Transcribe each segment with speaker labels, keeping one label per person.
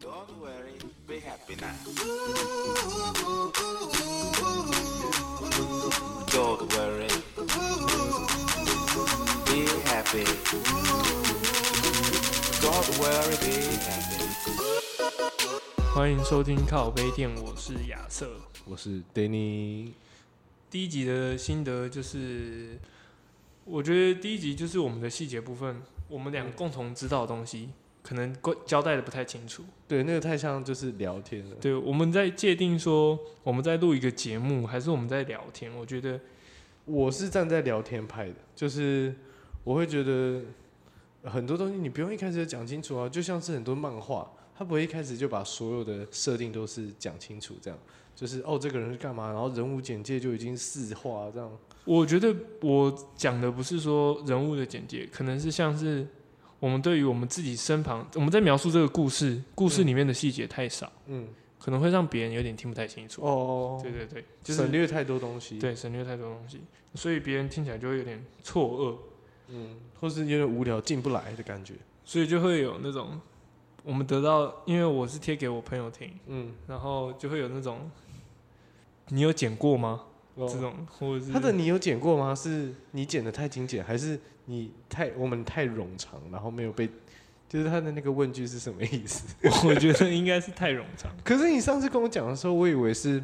Speaker 1: Don't worry, be happy now. Don't worry, be happy. Don't worry, be happy.
Speaker 2: 欢迎收听靠杯店，我是亚瑟。
Speaker 3: 我是 Danny，
Speaker 2: 第一集的心得就是，我觉得第一集就是我们的细节部分，我们俩共同知道的东西，可能过交代的不太清楚。
Speaker 3: 对，那个太像就是聊天了，
Speaker 2: 对，我们在界定说我们在录一个节目，还是我们在聊天？我觉得
Speaker 3: 我是站在聊天派的，就是我会觉得很多东西你不用一开始就讲清楚啊，就像是很多漫画，他不会一开始就把所有的设定都是讲清楚，这样就是哦这个人是干嘛，然后人物简介就已经四画这样，
Speaker 2: 我觉得我讲的不是说人物的简介，可能是像是我们对于我们自己身旁，我们在描述这个故事，故事里面的细节太少，
Speaker 3: 嗯，
Speaker 2: 可能会让别人有点听不太清楚。
Speaker 3: 哦，
Speaker 2: 对对对，就是
Speaker 3: 省略太多东西，，
Speaker 2: 对省略太多东西，所以别人听起来就会有点错愕，
Speaker 3: 嗯，或是有点无聊进不来的感觉，
Speaker 2: 所以就会有那种我们得到，因为我是贴给我朋友听，
Speaker 3: 嗯，
Speaker 2: 然后就会有那种你有剪过吗？
Speaker 3: 哦
Speaker 2: 这种或者是
Speaker 3: 他的你有剪过吗？是你剪的太精简，还是你太我们太冗长，然后没有被？就是他的那个问句是什么意思？
Speaker 2: 我觉得应该是太冗长，
Speaker 3: 可是你上次跟我讲的时候，我以为是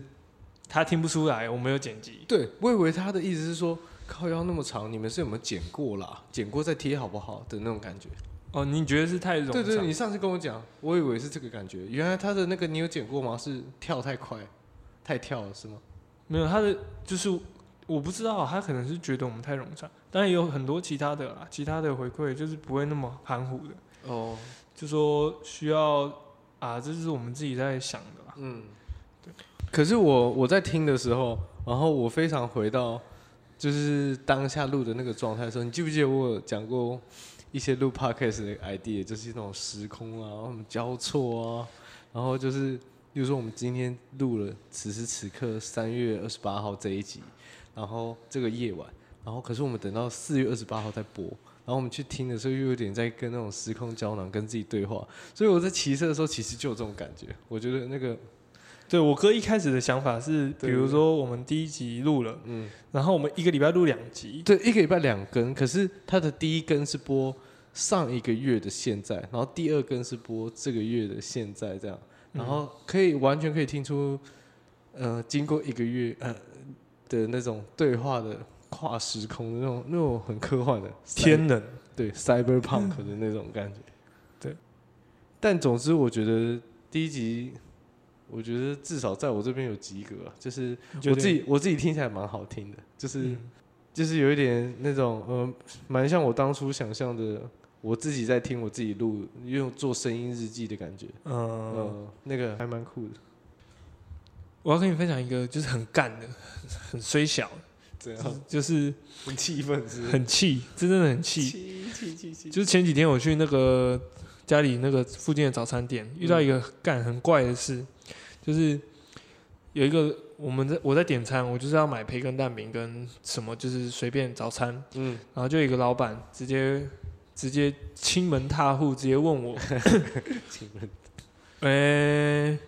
Speaker 2: 他听不出来我没有剪辑。
Speaker 3: 对，我以为他的意思是说靠腰那么长，你们是有没有剪过啦？剪过再贴好不好的那种感觉。
Speaker 2: 哦，你觉得是太冗长？
Speaker 3: 对对，你上次跟我讲，我以为是这个感觉，原来他的那个你有剪过吗？是跳太快，太跳了是吗？
Speaker 2: 没有他的就是我不知道，啊他可能是觉得我们太冗长，当然也有很多其他的啦，其他的回馈就是不会那么含糊的，
Speaker 3: 哦，
Speaker 2: 就说需要啊，这是我们自己在想的啦。
Speaker 3: 嗯，对。可是我我在听的时候，然后我非常回到就是当下录的那个状态的时候，你记不记得我有讲过一些录 podcast 的 idea，就是那种时空啊，然后我们交错啊，然后就是比如说我们今天录了此时此刻三月二十八号这一集，然后这个夜晚，然后可是我们等到四月二十八号再播。然后我们去听的时候，又有点在跟那种时空胶囊跟自己对话，所以我在骑车的时候，其实就有这种感觉。我觉得那个
Speaker 2: 对我哥一开始的想法是，比
Speaker 3: 对
Speaker 2: 如说我们第一集录了，
Speaker 3: 嗯
Speaker 2: 然后我们一个礼拜录两集，
Speaker 3: 对，一个礼拜两更，可是他的第一更是播上一个月的现在，然后第二更是播这个月的现在，这样，然后可以完全可以听出，呃，经过一个月呃的那种对话的跨时空的那种那种很科幻的
Speaker 2: 天冷，
Speaker 3: 对 cyberpunk 的那种感觉。
Speaker 2: 对，
Speaker 3: 但总之我觉得第一集，我觉得至少在我这边有及格啊，就是
Speaker 2: 觉得
Speaker 3: 我自己我自己听起来蛮好听的，就是。
Speaker 2: 嗯
Speaker 3: 就是有一点那种，呃，蛮像我当初想象的，我自己在听我自己录，用做声音日记的感觉，嗯、
Speaker 2: 嗯，
Speaker 3: 那个还蛮酷的。
Speaker 2: 我要跟你分享一个就是很干的，很虽小，
Speaker 3: 怎
Speaker 2: 就是
Speaker 3: 很气愤是
Speaker 2: 很气，这真的很气。
Speaker 3: 气气气气
Speaker 2: 就是前几天我去那个家里那个附近的早餐店，遇到一个干很怪的事，就是有一个我们在我在点餐，我就是要买培根蛋饼跟什么，就是随便早餐，
Speaker 3: 嗯，
Speaker 2: 然后就有一个老板直接直接亲门踏户，直接问 我，
Speaker 3: 请问，
Speaker 2: 呃、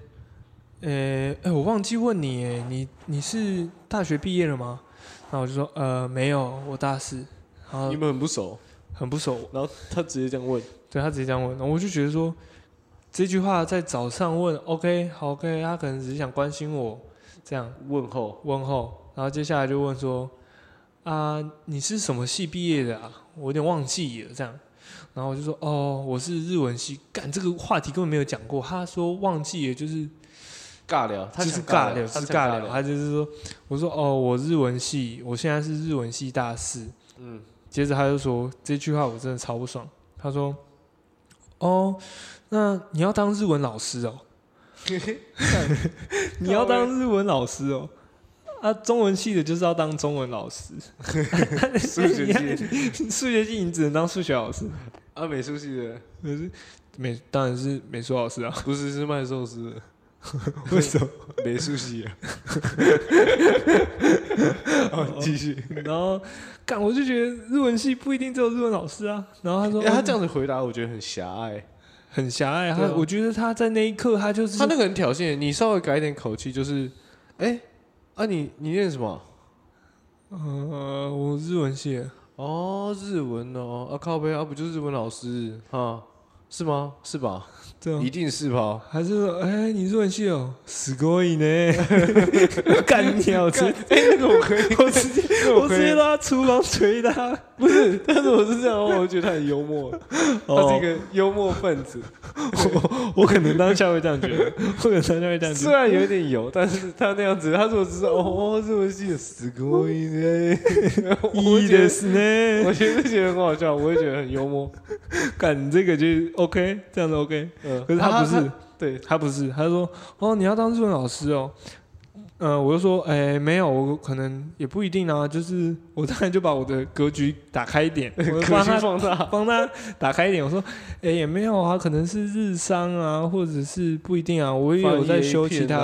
Speaker 2: 呃、哎我忘记问你，哎，你你是大学毕业了吗？然后我就说，呃，没有，我大四，然后
Speaker 3: 你们很不熟，
Speaker 2: 很不熟，
Speaker 3: 然后他直接这样问，
Speaker 2: 对他直接这样问，然后我就觉得说这句话在早上问，OK，好，OK，他可能只是想关心我这样
Speaker 3: 问候，
Speaker 2: 问候，然后接下来就问说啊，你是什么系毕业的啊？我有点忘记了这样，然后我就说哦，我是日文系，干这个话题根本没有讲过。他说忘记了就是
Speaker 3: 尬聊，他
Speaker 2: 就是
Speaker 3: 想
Speaker 2: 尬
Speaker 3: 聊，
Speaker 2: 聊，
Speaker 3: 他
Speaker 2: 是
Speaker 3: 想
Speaker 2: 尬
Speaker 3: 尬
Speaker 2: 聊，，他就是说我说哦，我日文系，我现在是日文系大四，
Speaker 3: 嗯，
Speaker 2: 接着他就说这句话我真的超不爽。他说：“哦，那你要当日文老师 哦，你要当日文老师哦。啊，中文系的就是要当中文老师，
Speaker 3: 数学系，
Speaker 2: 数学系你只能当数学老师。
Speaker 3: 啊，美术系的，
Speaker 2: 可是美当然是美术老师 啊，
Speaker 3: 不是是卖寿司 的，
Speaker 2: 为什么？
Speaker 3: 美术系 的。好，继续。
Speaker 2: 然后干我就觉得日文系不一定只有日文老师啊。然后他说：
Speaker 3: 哎，他
Speaker 2: 哦
Speaker 3: 这样子回答，我觉得很狭隘。
Speaker 2: 很狭隘。他、
Speaker 3: 对啊
Speaker 2: 我觉得他在那一刻，他就是
Speaker 3: 他那个很挑衅，你稍微改一点口气，就是，哎、啊你你念什么？
Speaker 2: 呃，我日文系的，
Speaker 3: 哦，日文哦，啊靠背啊，不就是日文老师啊？是吗？是吧？
Speaker 2: 这样
Speaker 3: 一定是吧？
Speaker 2: 还是说哎、你日文系哦，すごい呢， 干掉，我直
Speaker 3: 哎、那个 我可以，
Speaker 2: 我直接
Speaker 3: 那
Speaker 2: 我
Speaker 3: 我可
Speaker 2: 直
Speaker 3: 以
Speaker 2: 接，拉厨房捶他。
Speaker 3: 不是，但是我是这样 的话，我觉得他很幽默，
Speaker 2: 哦
Speaker 3: 他是一个幽默分子，
Speaker 2: 我我可能当下会这样觉得， 我可能当下会这样觉
Speaker 3: 虽
Speaker 2: 得。
Speaker 3: 然有点油，但是他那样子，他如果只是哦，日文系死过一 呢，我会
Speaker 2: いい
Speaker 3: 觉
Speaker 2: で
Speaker 3: 得
Speaker 2: すね
Speaker 3: 我，觉得觉得很好笑，我也觉得很幽默。
Speaker 2: 干这个就是 OK，这样子 OK。
Speaker 3: 嗯，
Speaker 2: 可是他不是，
Speaker 3: 对，
Speaker 2: 他不是，他说哦，你要当日文老师哦。呃，我就说，哎、没有，我可能也不一定啊。就是我当然就把我的格局打开一 点，我
Speaker 3: 可
Speaker 2: 帮
Speaker 3: 心
Speaker 2: 他
Speaker 3: 放大。
Speaker 2: 帮他打开一点。我说，哎、也没有啊，可能是日商啊，或者是不一定啊。我也有在修其他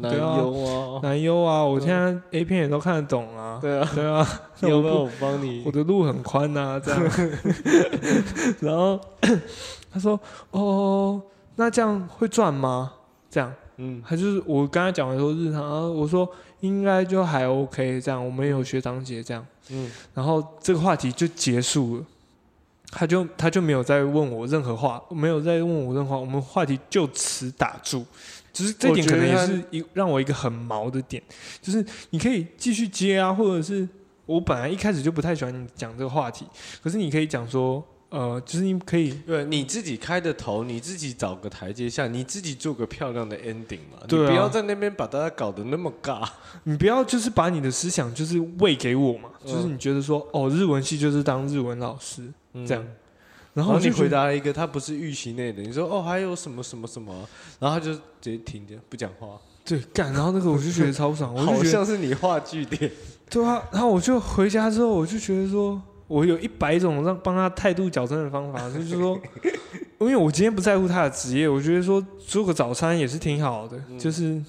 Speaker 3: 男优啊，
Speaker 2: 男优啊，我现在 A 片也都看得懂啊。
Speaker 3: 对啊，
Speaker 2: 对啊，那
Speaker 3: 有
Speaker 2: 我
Speaker 3: 没
Speaker 2: 不
Speaker 3: 有帮嗯 你
Speaker 2: 我？的路很宽呐、这 样。然后 他说：“哦，那这样会赚吗？”这样，
Speaker 3: 嗯，
Speaker 2: 他就是我刚才讲的说日常，然后我说应该就还 OK，这样我们也有学长姐这样，
Speaker 3: 嗯，
Speaker 2: 然后这个话题就结束了。他就他就没有再问我任何话，没有再问我任何话，我们话题就此打住。只是这
Speaker 3: 我
Speaker 2: 点
Speaker 3: 觉
Speaker 2: 可能
Speaker 3: 得
Speaker 2: 也
Speaker 3: 他
Speaker 2: 是一让我一个很毛的点，就是你可以继续接啊，或者是我本来一开始就不太喜欢你讲这个话题，可是你可以讲说，呃，就是你可以
Speaker 3: 对，你自己开的头，你自己找个台阶下，你自己做个漂亮的 ending 嘛，你
Speaker 2: 对啊
Speaker 3: 不要在那边把大家搞得那么尬。
Speaker 2: 你不要就是把你的思想就是喂给我嘛，
Speaker 3: 嗯
Speaker 2: 就是你觉得说哦，日文系就是当日文老师
Speaker 3: 嗯
Speaker 2: 这样，然
Speaker 3: 然
Speaker 2: 后
Speaker 3: 后
Speaker 2: 我就
Speaker 3: 你
Speaker 2: 觉
Speaker 3: 回
Speaker 2: 得
Speaker 3: 答了一个他不是预期内的，你说哦还有什么什么什么，然后他就直接停着不讲话，
Speaker 2: 对干，然后那个我就觉得超不爽，我
Speaker 3: 好
Speaker 2: 就觉得
Speaker 3: 像是你话剧点。
Speaker 2: 对啊，然后我就回家之后我就觉得说我有一百种让帮他态度矫正的方法，就是说， 因为我今天不在乎他的职业，我觉得说做个早餐也是挺好的，
Speaker 3: 嗯
Speaker 2: 就是。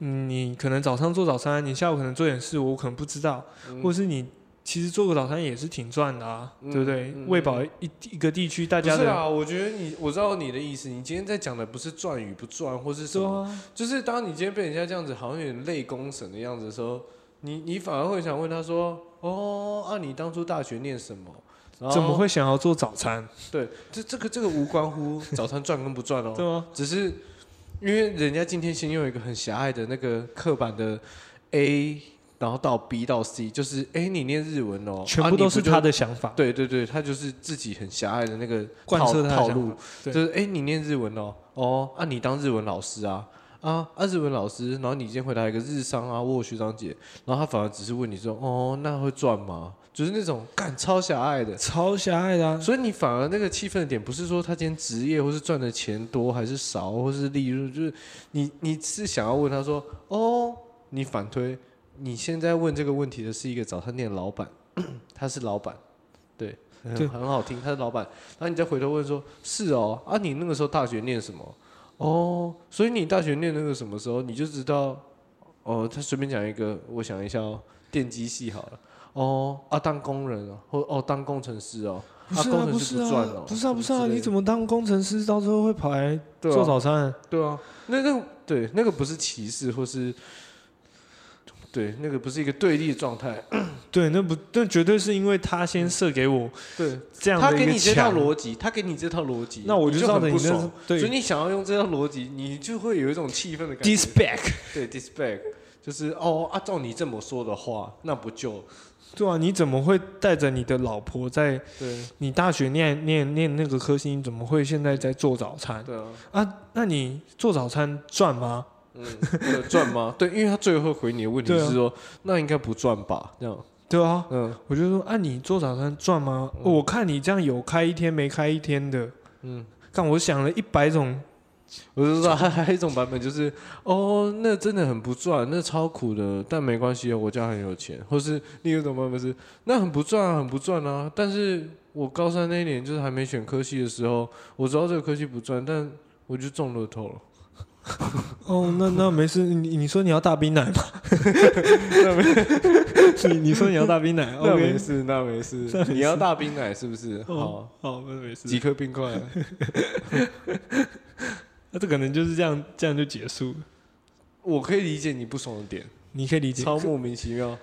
Speaker 2: 嗯你可能早上做早餐，你下午可能做点事，我可能不知道，或是你其实做个早餐也是挺赚的啊，
Speaker 3: 嗯
Speaker 2: 对不对？
Speaker 3: 嗯
Speaker 2: 喂饱一一个地区大
Speaker 3: 大
Speaker 2: 家
Speaker 3: 不是
Speaker 2: 的
Speaker 3: 啊，我觉得你我知道你的意思，你今天在讲的不是赚与不赚，或是什
Speaker 2: 对
Speaker 3: 么，
Speaker 2: 啊，
Speaker 3: 就是当你今天被人家这样子，好像有点类公审的样子的时候，你你反而会想问他说，哦啊你当初大学念什么？然后
Speaker 2: 怎么？会想要做早餐？
Speaker 3: 对，这这个这个无关乎早餐赚跟不赚 哦，
Speaker 2: 对吗？
Speaker 3: 只是因为人家今天先用一个很狭隘的那个刻板的 A，然后到 B 到 C，就是哎、诶你念日文哦，
Speaker 2: 全
Speaker 3: 啊
Speaker 2: 部
Speaker 3: 你
Speaker 2: 都
Speaker 3: 不
Speaker 2: 是
Speaker 3: 就
Speaker 2: 他的想法，
Speaker 3: 对对对，他就是自己很狭隘的那个
Speaker 2: 贯彻他
Speaker 3: 套
Speaker 2: 的
Speaker 3: 套
Speaker 2: 想
Speaker 3: 路
Speaker 2: 法，对
Speaker 3: 就是哎、诶你念日文哦，哦，啊，你当日文老师啊，啊，啊，日文老师，然后你今天回答一个日商啊，我学长姐，然后他反而只是问你说，哦，那会赚吗？就是那种干超狭隘的，
Speaker 2: 超狭隘的、啊。
Speaker 3: 所以你反而那个气氛的点不是说他今天职业或是赚的钱多还是少，或是利润，就是你你是想要问他说，哦，你反推，你现在问这个问题的是一个早餐店老板， 他是老板，对，很
Speaker 2: 对
Speaker 3: 很好听，他是老板。然后你再回头问说，是哦，啊，你那个时候大学念什么？哦，所以你大学念那个什么时候，你就知道，哦，他随便讲一个，我想一下哦，电机系好了。哦啊，当工人哦，或哦当工程师哦，
Speaker 2: 不是啊，
Speaker 3: 工
Speaker 2: 不
Speaker 3: 程
Speaker 2: 是
Speaker 3: 师
Speaker 2: 啊
Speaker 3: 赚哦，，
Speaker 2: 不是啊，不是啊！你怎
Speaker 3: 么
Speaker 2: 么当工程师到最后会跑来
Speaker 3: 对
Speaker 2: 做
Speaker 3: 啊？
Speaker 2: 早餐？
Speaker 3: 对啊，那那对那个不是歧视，或是对那个不是一个对立的状态，
Speaker 2: 对，那不，那绝对是因为他先设给我
Speaker 3: 对，
Speaker 2: 这样
Speaker 3: 他
Speaker 2: 的
Speaker 3: 给
Speaker 2: 一
Speaker 3: 你
Speaker 2: 个
Speaker 3: 这套
Speaker 2: 墙，
Speaker 3: 逻辑，他给你这套逻辑，
Speaker 2: 那我
Speaker 3: 你
Speaker 2: 就
Speaker 3: 就
Speaker 2: 照着
Speaker 3: 很
Speaker 2: 你
Speaker 3: 不
Speaker 2: 那
Speaker 3: 爽，
Speaker 2: 对
Speaker 3: 所以你想要用这套逻辑，你就会有一种气氛的感觉
Speaker 2: disback，
Speaker 3: 对 disback，就是哦啊，照你这么说的话，那不就
Speaker 2: 对啊，你怎么会带着你的老婆在
Speaker 3: 对
Speaker 2: 你大学念念念那个科系，你怎么会现在在做早餐
Speaker 3: 对啊，
Speaker 2: 啊？那你做早餐赚吗？
Speaker 3: 嗯，有赚吗？对，因为他最后回你的问题
Speaker 2: 对啊
Speaker 3: 是说，那应该不赚吧？这样，
Speaker 2: 对啊，
Speaker 3: 嗯
Speaker 2: 我就说啊，你做早餐赚吗？哦
Speaker 3: 嗯
Speaker 2: 我看你这样有开一天没开一天的，
Speaker 3: 嗯。
Speaker 2: 看我想了一百种，
Speaker 3: 我就说 还还有一种版本就是，哦，那真的很不赚，那超苦的，但没关系，啊我家很有钱。或是另一种版本是，那很不赚啊，很不赚啊。但是我高三那一年就是还没选科系的时候，我知道这个科系不赚，但我就中乐透了。
Speaker 2: 哦，那那没事，你你说你要大冰奶吗？ 你你说你要大冰 奶
Speaker 3: 那没
Speaker 2: ，OK，
Speaker 3: 事，那没事
Speaker 2: 那没。事
Speaker 3: 你要大冰奶是不是？好
Speaker 2: 哦，，好，那没事
Speaker 3: 几。颗冰块？
Speaker 2: 那这可能就是这样，这样就结束了。
Speaker 3: 我可以理解你不爽的点，
Speaker 2: 你可以理解，。
Speaker 3: 超莫名其妙。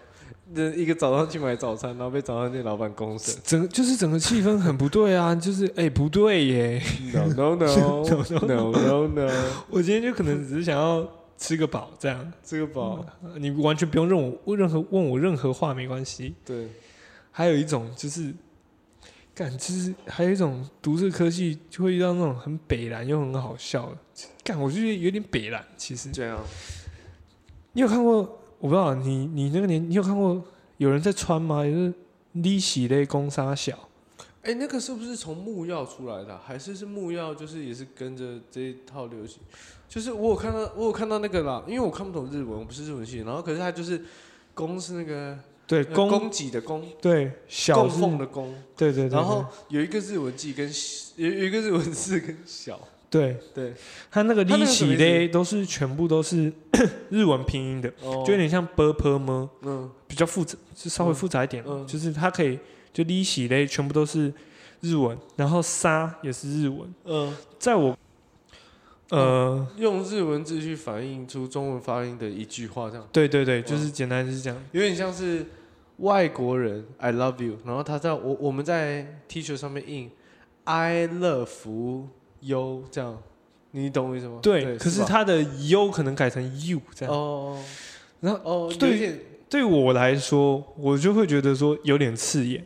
Speaker 3: 那一个早上去买早餐，然后被早餐店老板公审
Speaker 2: 整就是整个气氛很不对啊，就是哎、不对耶。
Speaker 3: No no no no no no，
Speaker 2: 我今天就可能只是想要吃个饱这样，
Speaker 3: 这个宝
Speaker 2: 呃你完全不用问我任何问我任何话没关系。
Speaker 3: 对，
Speaker 2: 还有一种就是，干，就是还有一种读这科系就会遇到那种很北蓝又很好笑的，干，我就觉得有点北蓝。其实
Speaker 3: 这样
Speaker 2: 你有看过，我不知道你你那个年你有看过有人在穿吗？就是利息类攻杀小，
Speaker 3: 哎、那个是不是从木曜出来的啊、还是是木曜就是也是跟着这一套流行？就是我有看到，我有看到那个啦，因为我看不懂日文，我不是日文系，然后可是他就是公是那个
Speaker 2: 对
Speaker 3: 呃
Speaker 2: 攻、
Speaker 3: 供给的供，
Speaker 2: 对小
Speaker 3: 供
Speaker 2: 是
Speaker 3: 奉的供，
Speaker 2: 对对对对，
Speaker 3: 然后有一个日文记跟小有有一个日文字跟 小，
Speaker 2: 对
Speaker 3: 对，
Speaker 2: 他那个
Speaker 3: 它那
Speaker 2: 利
Speaker 3: 个什么
Speaker 2: 息
Speaker 3: 意思
Speaker 2: 嘞都是全部都是 日文拼音的，
Speaker 3: 哦
Speaker 2: 就有点像 b p m，
Speaker 3: 嗯
Speaker 2: 比较复杂，是稍微复杂一点，
Speaker 3: 嗯嗯
Speaker 2: 就是它可以就利息嘞全部都是日文，然后杀也是日文，
Speaker 3: 嗯，
Speaker 2: 在我呃。
Speaker 3: 用日文字去反映出中文发音的一句话，这样
Speaker 2: 对对对，
Speaker 3: 嗯
Speaker 2: 就是简单就是这样。
Speaker 3: 有点像是外国人 I love you，然后他在我我们在 T 恤上面印 I love you 这样，你懂我意思吗？
Speaker 2: 对，可是
Speaker 3: 吧
Speaker 2: 它的 u 可能改成 you 这样。
Speaker 3: 哦，
Speaker 2: 然后
Speaker 3: 哦，有
Speaker 2: 对
Speaker 3: 一点
Speaker 2: 对我来说，我就会觉得说有点刺眼。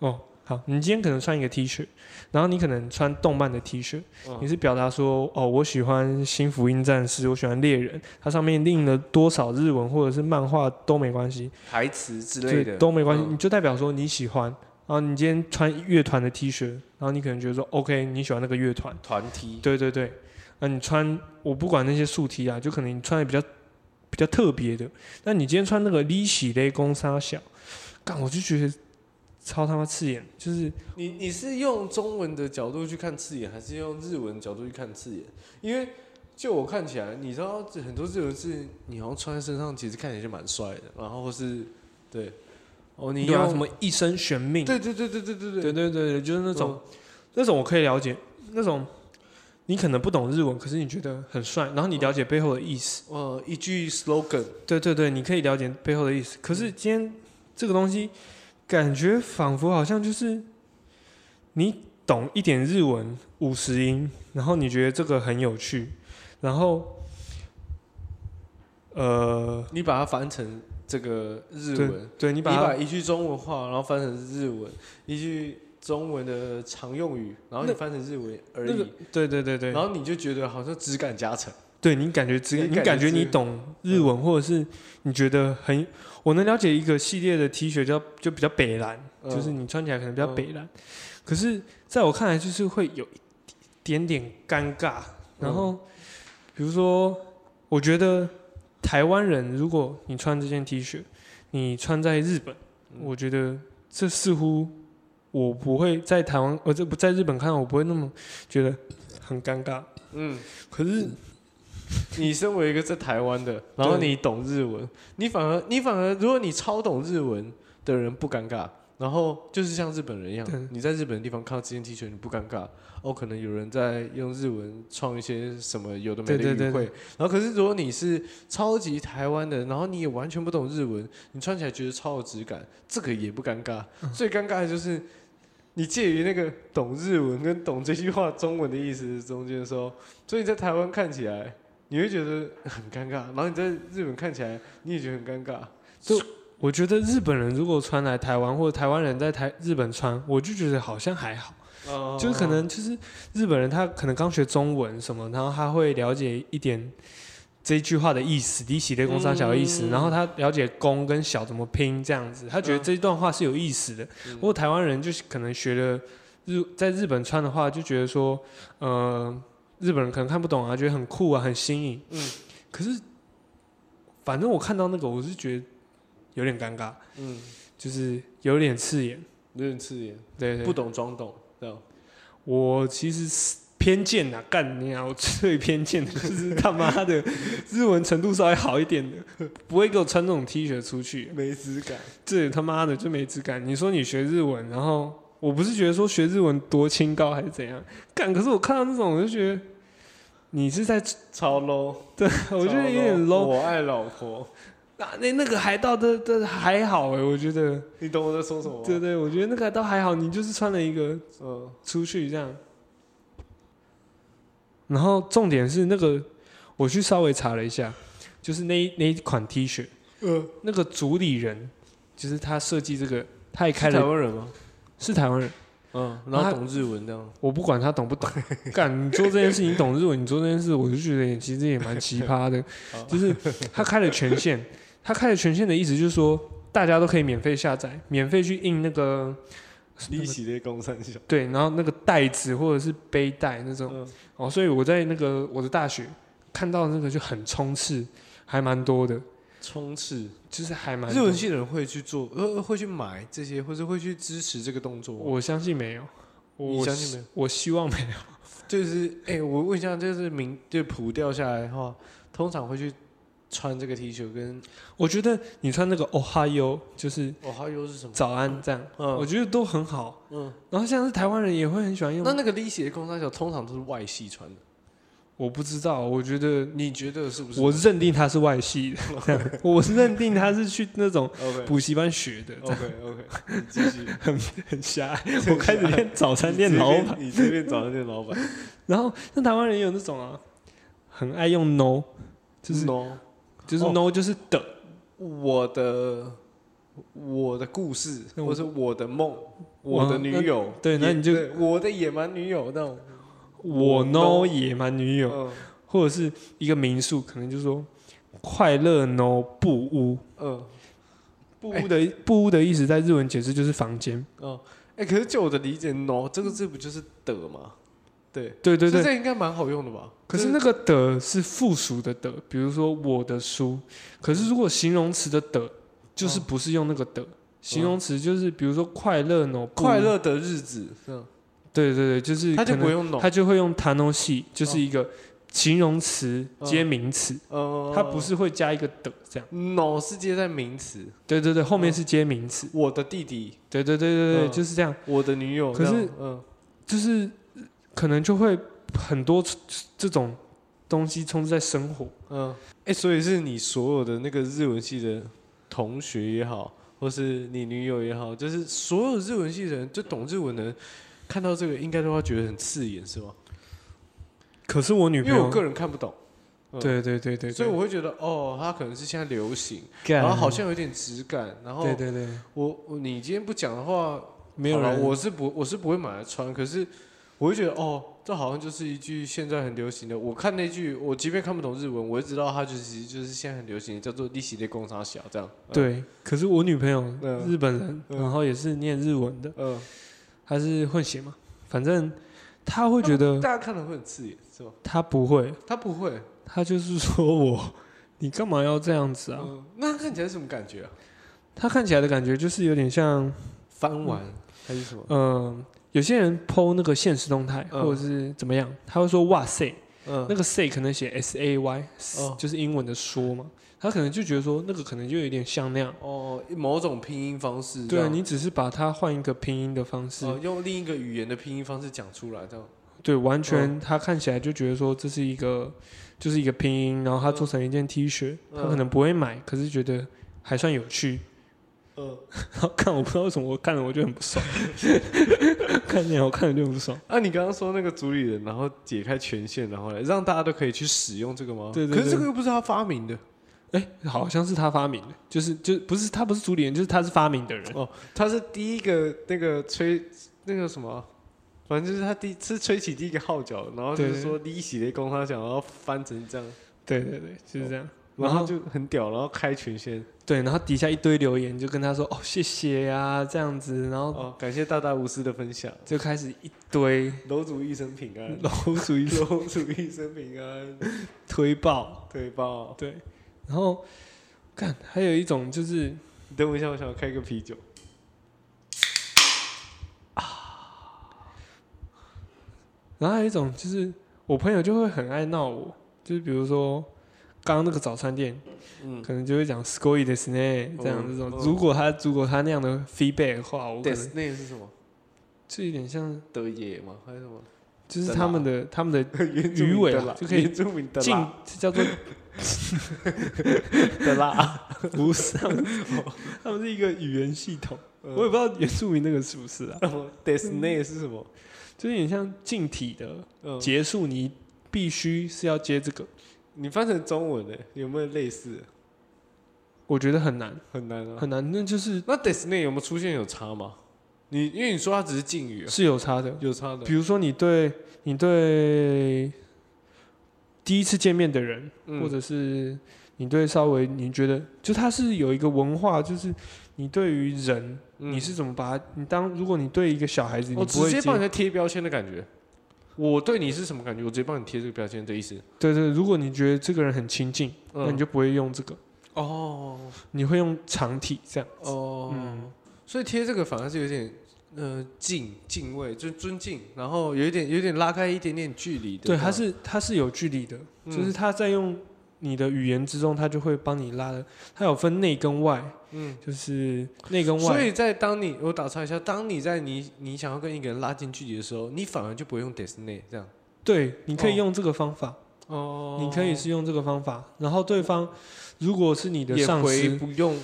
Speaker 2: 哦，好，你今天可能穿一个 T 恤，然后你可能穿动漫的 T 恤，
Speaker 3: 嗯
Speaker 2: 你是表达说，哦，我喜欢新福音战士，我喜欢猎人，它上面印了多少日文或者是漫画都没关系，
Speaker 3: 台词之类
Speaker 2: 对，
Speaker 3: 的
Speaker 2: 都没关系，
Speaker 3: 嗯
Speaker 2: 你就代表说你喜欢。然后你今天穿乐团的 T 恤，然后你可能觉得说，OK，你喜欢那个乐团，
Speaker 3: 团体
Speaker 2: 对对对，那你穿我不管那些素 T 啊，就可能你穿的比较比较特别的，那你今天穿那个利喜勒公沙小，干我就觉得超他妈刺眼，就是
Speaker 3: 你你是用中文的角度去看刺眼，还是用日文角度去看刺眼？因为就我看起来，你知道很多日文字，你好像穿在身上，其实看起来就蛮帅的。然后或是对，哦，你
Speaker 2: 对啊
Speaker 3: 用
Speaker 2: 什么一生悬命，嗯
Speaker 3: 对对对对对对
Speaker 2: 对
Speaker 3: 对，
Speaker 2: 对对对，就是那种、那种我可以了解，那种你可能不懂日文，可是你觉得很帅，然后你了解背后的意思，
Speaker 3: 呃，一句 slogan，
Speaker 2: 对对对，你可以了解背后的意思，可是今天这个东西感觉仿佛好像就是你懂一点日文五十音，然后你觉得这个很有趣，然后呃，
Speaker 3: 你把它翻成这个日
Speaker 2: 对
Speaker 3: 文，
Speaker 2: 对你
Speaker 3: 你
Speaker 2: 把它
Speaker 3: 把一句中文话，然后翻成日文，一句中文的常用语，然后你
Speaker 2: 那
Speaker 3: 翻成日文而
Speaker 2: 那个
Speaker 3: 已，
Speaker 2: 对对对对
Speaker 3: 然，后你就觉得好像质感加成。
Speaker 2: 对你感觉只
Speaker 3: 你
Speaker 2: 你
Speaker 3: 感
Speaker 2: 感
Speaker 3: 觉
Speaker 2: 觉
Speaker 3: 只
Speaker 2: 你懂日文，或者是你觉得很，我能了解一个系列的 T 恤叫就比较北蓝，
Speaker 3: 嗯
Speaker 2: 就是你穿起来可能比较北蓝，可是在我看来就是会有一点点尴尬。
Speaker 3: 嗯
Speaker 2: 然后比如说，我觉得台湾人如果你穿这件 T 恤，你穿在日本，
Speaker 3: 嗯
Speaker 2: 我觉得这似乎我不会在台湾，呃我这不在日本看，我不会那么觉得很尴尬。
Speaker 3: 嗯，
Speaker 2: 可是。
Speaker 3: 你身为一个在台湾的，然后
Speaker 2: 对
Speaker 3: 你懂日文，你反而你反而，如果你超懂日文的人不尴尬，然后就是像日本人一样
Speaker 2: 对，
Speaker 3: 你在日本的地方看到这件 T 恤你不尴尬，哦，可能有人在用日文创一些什么有的没的
Speaker 2: 对对对
Speaker 3: 语汇，然后可是如果你是超级台湾的，然后你也完全不懂日文，你穿起来觉得超有质感，这个也不尴尬，
Speaker 2: 嗯
Speaker 3: 最尴尬的就是。你介于那个懂日文跟懂这句话中文的意思中间的时候，所以你在台湾看起来，你会觉得很尴尬，然后你在日本看起来你也觉得很尴尬。
Speaker 2: 我觉得日本人如果穿来台湾，或者台湾人在台日本穿，我就觉得好像还好，
Speaker 3: 哦
Speaker 2: 就是可能就是日本人他可能刚学中文什么，然后他会了解一点这一句话的意思，低喜的工商小的意思，
Speaker 3: 嗯
Speaker 2: 然后他了解公跟小怎么拼这样子，他觉得这一段话是有意思的。
Speaker 3: 嗯
Speaker 2: 如果台湾人就是可能学了日在日本穿的话，就觉得说，呃，日本人可能看不懂啊，觉得很酷啊，很新颖。
Speaker 3: 嗯
Speaker 2: 可是反正我看到那个，我是觉得有点尴尬。
Speaker 3: 嗯，
Speaker 2: 就是有点刺眼。
Speaker 3: 有点刺眼，
Speaker 2: 对对
Speaker 3: 不懂装懂，这样。
Speaker 2: 我其实是偏见呐、啊，干你啊！我最偏见的就是他妈的日文程度稍微好一点的，不会给我穿这种 T 恤出去，
Speaker 3: 没质感。
Speaker 2: 这他妈的就没质感。你说你学日文，然后我不是觉得说学日文多清高还是怎样，干，可是我看到那种我就觉得你是在，
Speaker 3: 超 low，
Speaker 2: 我觉
Speaker 3: 超
Speaker 2: 得有点 low。
Speaker 3: 我爱老婆，
Speaker 2: 啊、那那个海盗的的还好哎、我觉得，
Speaker 3: 你懂我在说什么吗？
Speaker 2: 对对，我觉得那个海盗还好，你就是穿了一个
Speaker 3: 嗯，
Speaker 2: 出去这样。然后重点是那个，我去稍微查了一下，就是那一那一款 T 恤，
Speaker 3: 呃，
Speaker 2: 那个主理人就是他设计这个，他也开
Speaker 3: 是台
Speaker 2: 了
Speaker 3: 湾人吗？
Speaker 2: 是台湾人，
Speaker 3: 嗯，
Speaker 2: 然
Speaker 3: 然
Speaker 2: 后
Speaker 3: 后
Speaker 2: 懂
Speaker 3: 懂日文这样，
Speaker 2: 我不管他懂 不懂，干你做这件事情你懂日文，你做这件事我就觉得也其实也蛮奇葩 的
Speaker 3: 好，
Speaker 2: 就是他开了权限，他开了权限的意思就是说大家都可以免费下载，免费去印那个
Speaker 3: 一系列公三小，
Speaker 2: 对，然后那个袋子或者是背带那种。
Speaker 3: 嗯，
Speaker 2: 哦，所以我在那个我的大学看到那个就很冲刺，还蛮多的，
Speaker 3: 冲刺。
Speaker 2: 就是还蛮
Speaker 3: 日
Speaker 2: 多
Speaker 3: 文系的人会去做，呃，会去买这些，或是会去支持这个动作吗。
Speaker 2: 我相信没有，
Speaker 3: 你
Speaker 2: 我
Speaker 3: 相信没有？
Speaker 2: 我希望没有。
Speaker 3: 就是，哎、我问一下，就是名就普掉下来的话，通常会去穿这个 T 恤跟
Speaker 2: 我觉得你穿那个 Ohio 就是
Speaker 3: 哦，还有是什么？
Speaker 2: 早安这样，
Speaker 3: 嗯
Speaker 2: 我觉得都很好。
Speaker 3: 嗯，
Speaker 2: 然后像是台湾人也会很喜欢用
Speaker 3: 那，那个 T 鞋公三小通常都是外系穿的，
Speaker 2: 我不知道，我觉得
Speaker 3: 你觉得是不是？
Speaker 2: 我认定他是外系的， 我是认定他是去那种
Speaker 3: OK
Speaker 2: 补习班学的，
Speaker 3: OK OK，你继续。
Speaker 2: 很很 狭隘。我开始练早 餐店老板。
Speaker 3: 你随便找那店老板，
Speaker 2: 然后像台湾人也有那种啊，很爱用 no，就是
Speaker 3: no。
Speaker 2: 就是 no、
Speaker 3: 哦
Speaker 2: 就是的，
Speaker 3: 我的我的故事，
Speaker 2: 那我
Speaker 3: 或是我的梦，我的女友，
Speaker 2: 对那
Speaker 3: 也
Speaker 2: 你就
Speaker 3: 对我的野蛮女友那种，
Speaker 2: 我
Speaker 3: 我
Speaker 2: no
Speaker 3: no
Speaker 2: 野蛮女友，
Speaker 3: 嗯
Speaker 2: 或者是一个民宿，可能就说快乐 no 布屋，
Speaker 3: 嗯
Speaker 2: 布屋的、布屋的意思在日文解释就是房间，
Speaker 3: 嗯，哎，可是就我的理解，no 这个字不就是的吗？对
Speaker 2: 对对
Speaker 3: 所
Speaker 2: 对。
Speaker 3: 以这应该蛮好用的吧？
Speaker 2: 可是那个的是附属的的，比如说我的书，可是如果形容词的的，就是
Speaker 3: 嗯
Speaker 2: 不是用那个的。形容词就是，比如说快乐 no 布屋
Speaker 3: 快，乐的日子，这样
Speaker 2: 对对对，就是
Speaker 3: 他就
Speaker 2: 可能
Speaker 3: 不用 no，
Speaker 2: 他就会用 t a n o s i 就是一个形容词接名词，
Speaker 3: 呃，
Speaker 2: 它不是会加一个的这样。
Speaker 3: no 是接在名词，
Speaker 2: 对对对，后面是接名词。哦
Speaker 3: 我的弟弟，
Speaker 2: 对对对对对，
Speaker 3: 嗯
Speaker 2: 就是这样，
Speaker 3: 我的女友，
Speaker 2: 可是
Speaker 3: 这样嗯
Speaker 2: 就是呃可能就会很多这种东西充斥在生活。
Speaker 3: 嗯，哎，所以是你所有的那个日文系的同学也好，或是你女友也好，就是所有日文系的人，就懂日文的人，看到这个应该都会觉得很刺眼，是吗？
Speaker 2: 可是我女
Speaker 3: 因
Speaker 2: 朋
Speaker 3: 为我
Speaker 2: 友，
Speaker 3: 个人看不懂，嗯
Speaker 2: 对对对对，
Speaker 3: 所以我会觉得哦，它可能是现在流行，
Speaker 2: 对啊
Speaker 3: 然后好，像有点质感，然后
Speaker 2: 对对对，
Speaker 3: 我我你今天不讲的话，
Speaker 2: 没有
Speaker 3: 好啦
Speaker 2: 人
Speaker 3: 我是不我是不会买来穿，可是我会觉得哦，这好像就是一句现在很流行的。我看那句，我即便看不懂日文，我也知道它就是就是现在很流行的，叫做“利息的工厂小”这样。嗯，
Speaker 2: 对。可是我女朋友
Speaker 3: 嗯
Speaker 2: 日本人，
Speaker 3: 嗯
Speaker 2: 然后也是念日文的，
Speaker 3: 嗯，
Speaker 2: 她是混血嘛，反正她会觉得
Speaker 3: 大家看了会很刺眼，是吧？
Speaker 2: 她不会，
Speaker 3: 他不会，
Speaker 2: 她就是说我，你干嘛要这样子啊？
Speaker 3: 嗯，那看起来是什么感觉啊？
Speaker 2: 他看起来的感觉就是有点像，
Speaker 3: 翻完还是什么？
Speaker 2: 嗯、有些人 PO 那个现实动态、
Speaker 3: 嗯
Speaker 2: 或者是怎么样，他会说哇塞，那
Speaker 3: 嗯，
Speaker 2: 个 say 可能写 S A Y，、
Speaker 3: 哦
Speaker 2: 就是英文的说嘛，他可能就觉得说那个可能就有点像那样，
Speaker 3: 哦，某种拼音方式这
Speaker 2: 对啊，
Speaker 3: 样，
Speaker 2: 你只是把它换一个拼音的方式，
Speaker 3: 哦用另一个语言的拼音方式讲出来，这样。
Speaker 2: 对，完全
Speaker 3: 嗯
Speaker 2: 他看起来就觉得说这是一个就是一个拼音，然后他做成一件 T 恤，
Speaker 3: 嗯
Speaker 2: 他可能不会买，可是觉得还算有趣，
Speaker 3: 嗯，
Speaker 2: 然后看我不知道为什么我看了我就很不爽， 看见我看了就很不爽。
Speaker 3: 啊，你刚刚说那个主理人，然后解开权限，然后来让大家都可以去使用这个吗？
Speaker 2: 对对
Speaker 3: 可是这
Speaker 2: 对
Speaker 3: 个又不是他发明的，
Speaker 2: 哎、好像是他发明的，就是就不是他不是主理人，就是他是发明的人。
Speaker 3: 他是第一个那个吹那个什么，反正就是他第是吹起第一个号角，然后就
Speaker 2: 对
Speaker 3: 是说利息的工他想要翻成这样，
Speaker 2: 对对对，就是这样。然
Speaker 3: 哦然
Speaker 2: 后
Speaker 3: 后
Speaker 2: 就
Speaker 3: 就很屌，然后开权限，
Speaker 2: 对，然后底下一堆留言就跟他说哦谢谢呀、这样子，然后
Speaker 3: 哦，感谢大大无私的分享，
Speaker 2: 就开始一堆
Speaker 3: 楼主一生平 安，
Speaker 2: 楼主一说
Speaker 3: 楼主一生平安，
Speaker 2: 推爆，
Speaker 3: 对吧？
Speaker 2: 对，然后看还有一种就是
Speaker 3: 你等我一下，我想要开个啤酒，
Speaker 2: 然后还有一种就是我朋友就会很爱闹我，就是比如说刚刚那个早餐店，
Speaker 3: 嗯，
Speaker 2: 可能就会讲 s c o r y 的 s n a 这样
Speaker 3: 嗯
Speaker 2: 这种。
Speaker 3: 嗯
Speaker 2: 如果他如果他那样的 feedback 的话，我可
Speaker 3: 对
Speaker 2: 能，
Speaker 3: 那个是什么？
Speaker 2: 就有点像，
Speaker 3: 德野吗？还是什么？
Speaker 2: 就是他们的他们的
Speaker 3: 原
Speaker 2: 住民的啦
Speaker 3: 鱼尾啦
Speaker 2: 就可以
Speaker 3: 原住民的
Speaker 2: 进
Speaker 3: 啦
Speaker 2: 叫 做
Speaker 3: 的啦。
Speaker 2: 不是，他们是他们是一个语言系统，
Speaker 3: 哦嗯
Speaker 2: 我也不知道原住民那个是不是啊，
Speaker 3: Disney 是什么？
Speaker 2: 就是有点像敬体的
Speaker 3: 嗯，
Speaker 2: 结束，你必须是要接这个，
Speaker 3: 你翻成中文的有没有类似？
Speaker 2: 我觉得很难
Speaker 3: 很难啊。
Speaker 2: 很难，那就是
Speaker 3: 那 Disney 有没有出现有差吗？你因为你说它只是敬语啊，
Speaker 2: 是有差的。
Speaker 3: 有差的
Speaker 2: 比。如说你对你对第一次见面的人，
Speaker 3: 嗯
Speaker 2: 或者是你对稍微你觉得，就他是有一个文化，就是你对于人、
Speaker 3: 嗯
Speaker 2: 你是怎么把他，你当如果你对一个小孩子，
Speaker 3: 我
Speaker 2: 你不
Speaker 3: 直
Speaker 2: 会
Speaker 3: 接
Speaker 2: 接
Speaker 3: 帮人家贴标签的感觉。我对你是什么感觉？我直接帮你贴这个标签的意思。
Speaker 2: 对对，如果你觉得这个人很亲近，
Speaker 3: 嗯
Speaker 2: 那你就不会用这个，
Speaker 3: 哦
Speaker 2: 你会用常体这样。
Speaker 3: 哦，
Speaker 2: 嗯
Speaker 3: 所以贴这个反而是有点呃敬敬畏，就是尊敬，然后有一点有点拉开一点点距离的这
Speaker 2: 对，
Speaker 3: 样。
Speaker 2: 它是它是有距离的，
Speaker 3: 嗯
Speaker 2: 就是他在用你的语言之中，他就会帮你拉的。它有分内跟外，
Speaker 3: 嗯。
Speaker 2: 就是内跟外。
Speaker 3: 所以在当你我打岔一下，当你在你你想要跟一个人拉近距离的时候，你反而就不会用 Disney 这样。
Speaker 2: 对，你可
Speaker 3: 哦
Speaker 2: 以用这个方法，
Speaker 3: 哦
Speaker 2: 你可以是用这个方法。然后对方如果是你的
Speaker 3: 也
Speaker 2: 上
Speaker 3: 回
Speaker 2: 司，
Speaker 3: 不用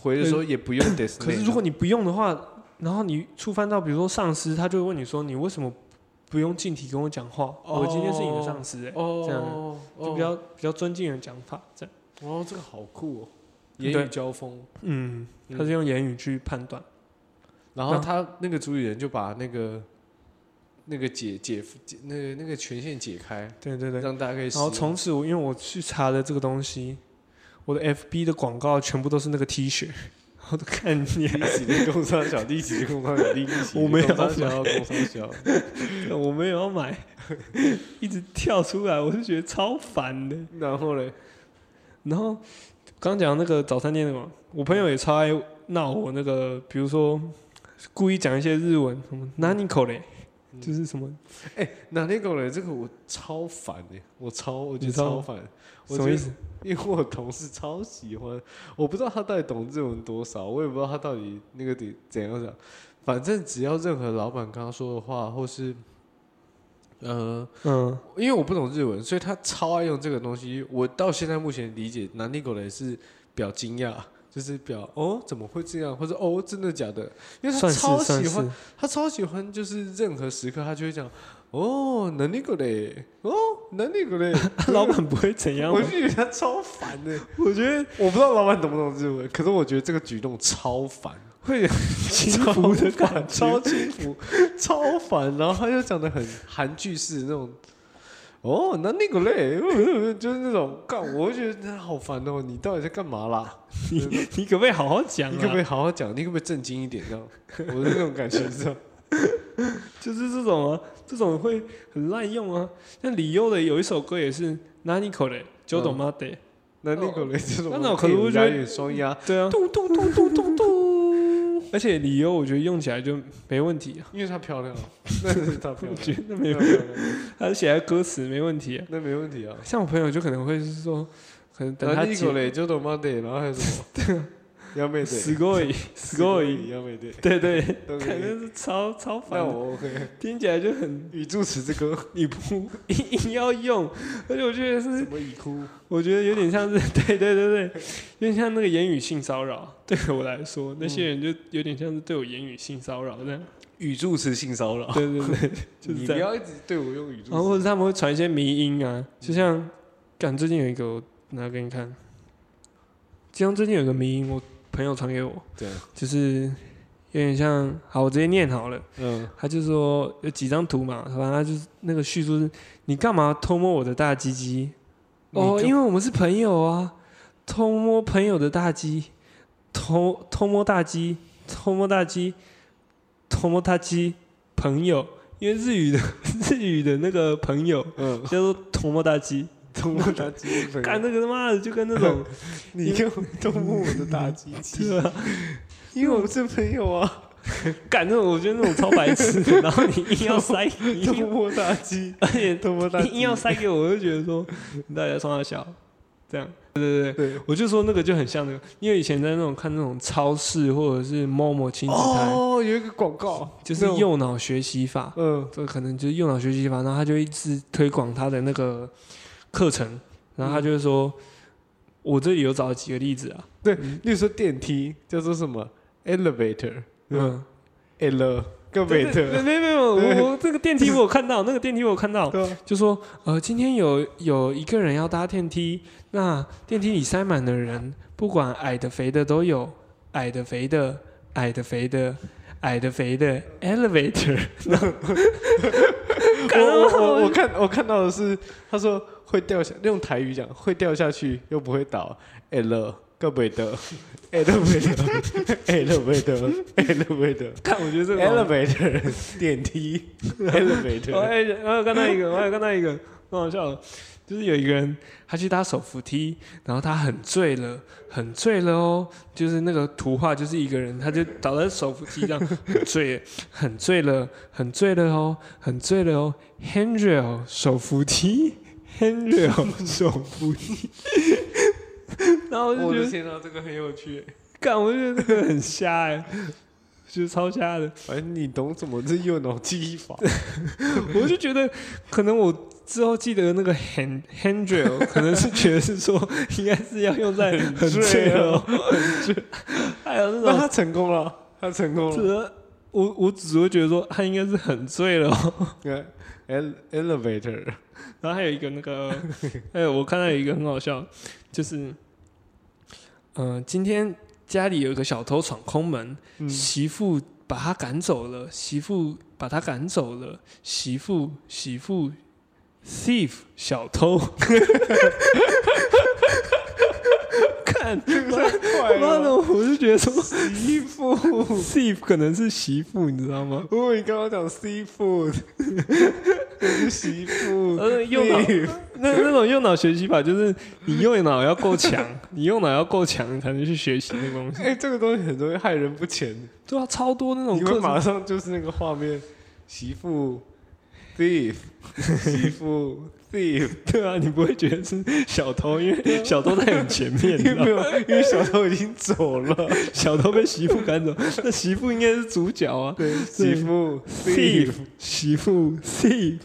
Speaker 3: 回的时候也不用 Disney 啊。
Speaker 2: 可是如果你不用的话，然后你触犯到比如说上司，他就会问你说你为什么不用敬体跟我讲话？
Speaker 3: 哦
Speaker 2: 我今天是你的上司、欸，这样
Speaker 3: 哦
Speaker 2: 就比较、比较尊敬的讲法，这样。
Speaker 3: 哦，这个好酷哦，
Speaker 2: 对
Speaker 3: 言语交锋。
Speaker 2: 嗯，
Speaker 3: 嗯
Speaker 2: 他是用言语去判断。
Speaker 3: 然后他那个主语人就把那个那个解解解那个那个权限解开，
Speaker 2: 对对对。
Speaker 3: 让大家可以使
Speaker 2: 然后
Speaker 3: 用。
Speaker 2: 从此我因为我去查了这个东西，我的 FB 的广告全部都是那个 T 恤，我都看你，
Speaker 3: 第一集的工商小，第一集的工商小，第一集
Speaker 2: 我没有
Speaker 3: 工商小，工商小。
Speaker 2: 我没有要买，一直跳出来，我是觉得超烦的。
Speaker 3: 然后嘞，
Speaker 2: 然后刚讲那个早餐店的嘛，我朋友也超爱闹我那个，比如说故意讲一些日文，什么 “nani k o 嘞”，
Speaker 3: 嗯
Speaker 2: 就是什么
Speaker 3: 哎，哪天狗嘞？这个我超烦的，我超我觉得
Speaker 2: 你知道
Speaker 3: 超烦。我
Speaker 2: 什么
Speaker 3: 觉
Speaker 2: 意
Speaker 3: 得
Speaker 2: 思？
Speaker 3: 因为我同事超喜欢，我不知道他到底懂日文多少，我也不知道他到底那个得怎样讲。反正只要任何老板跟他说的话，或是，呃，
Speaker 2: 嗯，
Speaker 3: 因为我不懂日文，所以他超爱用这个东西。我到现在目前理解南尼狗雷是表惊讶，就是表哦怎么会这样，或者哦真的假的，因为他
Speaker 2: 嗯算是
Speaker 3: 超
Speaker 2: 算
Speaker 3: 喜
Speaker 2: 是
Speaker 3: 欢，，他超喜欢，就是任何时刻他就会讲哦南尼狗雷，哦南尼狗雷，
Speaker 2: 老板不会怎样吗
Speaker 3: 我？就觉得他超烦的。
Speaker 2: 我觉得
Speaker 3: 我不知道老板懂不懂日文，可是我觉得这个举动超烦，
Speaker 2: 会有幸福的感
Speaker 3: 超
Speaker 2: 觉。
Speaker 3: 轻浮，超烦。然后他就讲的很韩剧式那种，哦，那那个嘞， 呃就是那种干，我就觉得他好烦哦，你到底在干嘛啦？
Speaker 2: 你你可不可以好好讲、啊？
Speaker 3: 你可不可以好好讲？你可不可以正经一点？这样，我是那种感觉，这样。
Speaker 2: 就是这种啊，这种会很滥用啊。像李优的有一首歌也是 “nani k o 嘞”，九
Speaker 3: 嗯
Speaker 2: 斗妈的，
Speaker 3: 那那个嘞，这种
Speaker 2: 哦那我可能会觉得
Speaker 3: 有点双压，
Speaker 2: 对啊。
Speaker 3: 咚咚咚咚咚咚，
Speaker 2: 而且李优我觉得用起来就没问题啊，
Speaker 3: 因为她 漂亮，那是她漂
Speaker 2: 我
Speaker 3: 亮，
Speaker 2: 觉得没
Speaker 3: 那
Speaker 2: 有，
Speaker 3: 漂亮，
Speaker 2: 他写在歌词没问题啊。
Speaker 3: 那没问题啊。
Speaker 2: 像我朋友就可能会是说，可能等
Speaker 3: 那
Speaker 2: 他
Speaker 3: 那
Speaker 2: 解
Speaker 3: 个啊嘞，就懂吗？对，然后还有什么？ 要妹对。
Speaker 2: 死过 瘾，死过瘾，
Speaker 3: 要没对，
Speaker 2: 对对，
Speaker 3: 都可以
Speaker 2: 反正是超超烦
Speaker 3: 那
Speaker 2: 的，
Speaker 3: 我 OK。
Speaker 2: 听起来就很
Speaker 3: 语助词这个
Speaker 2: 你不硬硬要用，而且我觉得是
Speaker 3: 什么已哭？
Speaker 2: 我觉得有点像是， 对对对对，有点像那个言语性骚扰。对我来说，那些人就有点像是对我言语性骚扰这样。
Speaker 3: 语助词性骚扰，
Speaker 2: 对对对，就是
Speaker 3: 你
Speaker 2: 这
Speaker 3: 不
Speaker 2: 样。哦
Speaker 3: 要一直对我用语助
Speaker 2: 然后或
Speaker 3: 词。
Speaker 2: 者他们会传一些迷音啊，就像，干最近有一个，我拿给你看。就像最近有个迷音，我朋友传给我，
Speaker 3: 对，
Speaker 2: 就是有点像，好，我直接念好了。
Speaker 3: 嗯，
Speaker 2: 他就说有几张图嘛，反正他就是那个叙述是：你干嘛偷摸我的大鸡鸡？哦，因
Speaker 3: 为
Speaker 2: 为我们是朋友啊，偷摸朋友的大鸡，偷偷摸大鸡，偷摸大鸡，偷摸大鸡，朋友，因为日语的 日语的那个朋友
Speaker 3: 嗯，
Speaker 2: 叫做偷摸大鸡，
Speaker 3: 通过打鸡鸡，
Speaker 2: 干那个他妈的就跟那种
Speaker 3: 你用动物我的打鸡 鸡，
Speaker 2: 对啊，
Speaker 3: 因为我们是朋友啊。
Speaker 2: 干那种我觉得那种超白痴的，然后你硬要塞，你
Speaker 3: 偷
Speaker 2: 硬
Speaker 3: 摸大鸡，
Speaker 2: 而 且
Speaker 3: 偷摸大
Speaker 2: 硬硬
Speaker 3: 鸡，
Speaker 2: 要塞给我，我就觉得说你到底在冲他小，这样，对对对，
Speaker 3: 对
Speaker 2: 我就说那个就很像那个，因为以前在那种看那种超市或者是某某亲子台，
Speaker 3: 哦，有一个广告，
Speaker 2: 就是
Speaker 3: 那种，
Speaker 2: 右脑学习法，
Speaker 3: 嗯，
Speaker 2: 这可能就是右脑学习法，然后他就一直推广他的那个课程，然后他就会说，我这里有找几个例子啊，
Speaker 3: 对，例如说电梯叫做什么 elevator，嗯
Speaker 2: 嗯，
Speaker 3: ，ele 跟
Speaker 2: 对对
Speaker 3: waiter，
Speaker 2: 没没没有，
Speaker 3: 对
Speaker 2: 我我这个电梯我有看到，那个电梯我有看到，
Speaker 3: 对啊，
Speaker 2: 就说呃，今天有有一个人要搭电梯，那电梯里塞满了人，不管矮的肥的都有，矮的肥的，矮的肥的。矮的肥的 elevator，
Speaker 3: 我我我我看我看到的是，他说会掉下，用台语讲会掉下去又不会倒，ele 跟 waiter，elevator，elevator，elevator。
Speaker 2: 看我觉得这个好
Speaker 3: Elevator 电梯
Speaker 2: 我
Speaker 3: ，Elevator
Speaker 2: 还我有看到一个，我还有看到一个，很好笑的，就是有一个人他去搭手扶梯，然后他很醉了，很醉了哦，就是那个图画就是一个人，他就倒在手扶梯这样，很醉，很醉了，很醉了哦，很醉了哦，handrail 手扶梯，handrail 手扶梯，然后我就觉得
Speaker 3: 天哪，啊这个很有趣。
Speaker 2: 干，我就觉得这个很瞎哎、就是超瞎的。
Speaker 3: 反正你懂怎么是右脑记忆法，
Speaker 2: 我就觉得，可能我之后记得那个 hand handrail，可能是觉得是说，应该是要用在很
Speaker 3: 坠
Speaker 2: 坠
Speaker 3: 哦
Speaker 2: 哦，还有那
Speaker 3: 那
Speaker 2: 种
Speaker 3: 他成功了，他成功
Speaker 2: 这
Speaker 3: 了。
Speaker 2: 个，我我只会觉得说他应该是很醉了哦、
Speaker 3: 对 Ele- Elevator
Speaker 2: 然后还有一个那个， 还有我看到有一个很好笑，就是，嗯、今天家里有一个小偷闯空门，
Speaker 3: 嗯
Speaker 2: 媳妇把他赶走了，媳妇把他赶走了，媳妇媳妇 thief 小偷， 看
Speaker 3: 快
Speaker 2: 妈的，
Speaker 3: 了，
Speaker 2: 我就觉得说媳妇 thief 可能是媳妇，你知道吗？
Speaker 3: 哦，你刚刚讲 seafood，媳妇，
Speaker 2: 呃，右 脑那那种右脑学习法就是你右脑要够强， 你右脑要够强，你才能去学习那个东西。
Speaker 3: 哎，这个东西很容易害人不浅，
Speaker 2: 对啊，超多那种
Speaker 3: 你会
Speaker 2: 课
Speaker 3: 马
Speaker 2: 程，
Speaker 3: 上就是那个画面，媳妇 thief，媳妇 thief，啊
Speaker 2: 对啊，你不会觉得是小偷，因为小偷在很前面，你
Speaker 3: 因为
Speaker 2: 知 道
Speaker 3: 没
Speaker 2: 吗？
Speaker 3: 有，因为小偷已经走了。
Speaker 2: 小偷被媳妇赶走，那媳妇应该是主角啊。
Speaker 3: 对，媳妇
Speaker 2: thief，媳妇 thief，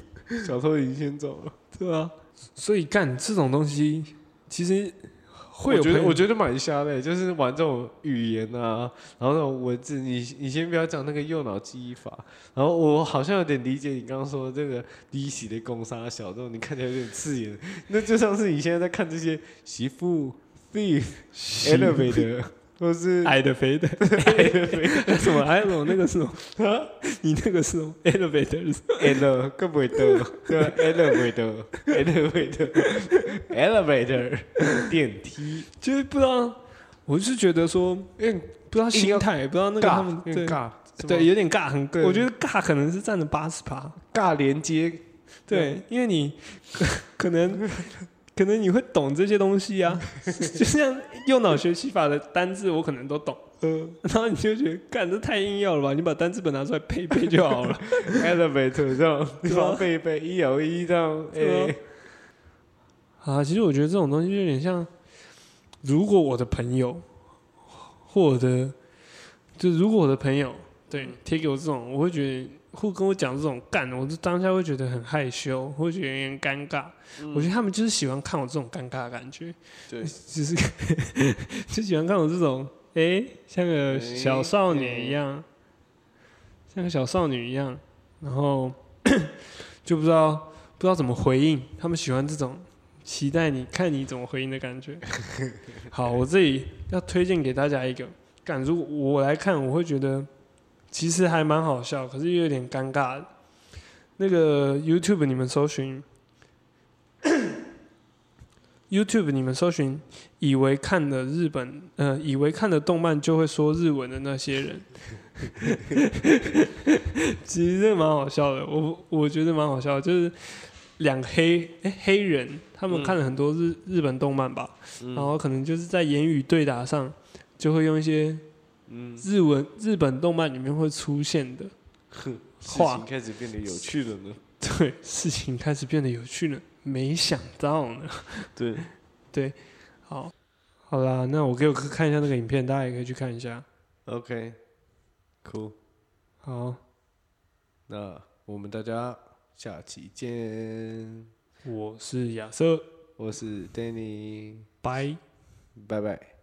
Speaker 3: 小偷已经先走了。
Speaker 2: 对啊。所以干这种东西，其实会
Speaker 3: 我
Speaker 2: 有
Speaker 3: 觉得
Speaker 2: 朋友
Speaker 3: 我觉得蛮瞎的，就是玩这种语言啊，然后那种文字，你你先不要讲那个右脑记忆法，然后我好像有点理解你刚刚说的这个利息的攻杀小这种，你看起来有点刺眼，那就像是你现在在看这些媳妇 thief
Speaker 2: 媳妇
Speaker 3: elevator 或是
Speaker 2: 矮的肥的，什么还有什么那个是什么？啊你那个是什么 elevator 是什么
Speaker 3: ele 更不会得，对啊吧 elevator elevator elevator 电梯，
Speaker 2: 就是不知道，我是觉得说
Speaker 3: 因为
Speaker 2: 不知道心态，不知道那个他们
Speaker 3: 尬，因
Speaker 2: 对
Speaker 3: 为尬，
Speaker 2: 对有点尬，很
Speaker 3: 对
Speaker 2: 我觉得尬可能是占了八十趴，
Speaker 3: 尬连接
Speaker 2: 对，因为你 可能可能你会懂这些东西 啊，就像右脑学习法的单字我可能都懂，
Speaker 3: 嗯
Speaker 2: 然后你就觉得干这太硬要了吧，你把单字本拿出来背一背就好了。
Speaker 3: elevator 这样，你把它背一背，一摇一这样，
Speaker 2: 对啊
Speaker 3: 哎，
Speaker 2: 啊，其实我觉得这种东西就有点像，如果我的朋友，或我的，就如果我的朋友对贴给我这种，我会觉得会跟我讲这种干，我就当下会觉得很害羞，会觉得有点尴尬。我觉得他们就是喜欢看我这种尴尬的感觉，
Speaker 3: 对
Speaker 2: 就是 就喜欢看我这种，哎、像个小少年一样，像个小少女一样，然后就不知道不知道怎么回应，他们喜欢这种期待你看你怎么回应的感觉。好，我这里要推荐给大家一个，感如果我来看，我会觉得其实还蛮好笑，可是又有点尴尬的。那个 YouTube 你们搜寻 YouTube 你们搜寻，以为看了日本呃，以为看了动漫就会说日文的那些人， 其实这蛮好笑的，我我觉得蛮好笑的就是两个黑、诶黑人，他们
Speaker 3: 嗯
Speaker 2: 看了很多日、日本动漫吧，
Speaker 3: 嗯
Speaker 2: 然后可能就是在言语对答上就会用一些
Speaker 3: 嗯，
Speaker 2: 日文日本动漫里面会出现的，
Speaker 3: 哼事
Speaker 2: 话
Speaker 3: 情开始变得有趣了呢。
Speaker 2: 对，事情开始变得有趣了，没想到呢。
Speaker 3: 对，
Speaker 2: 好，好啦，那我给我看一下那个影片，大家也可以去看一下。
Speaker 3: OK，cool，
Speaker 2: 好，
Speaker 3: 那我们大家下期见。
Speaker 2: 我是亚瑟，
Speaker 3: 我是 Danny，
Speaker 2: 拜。
Speaker 3: 拜拜。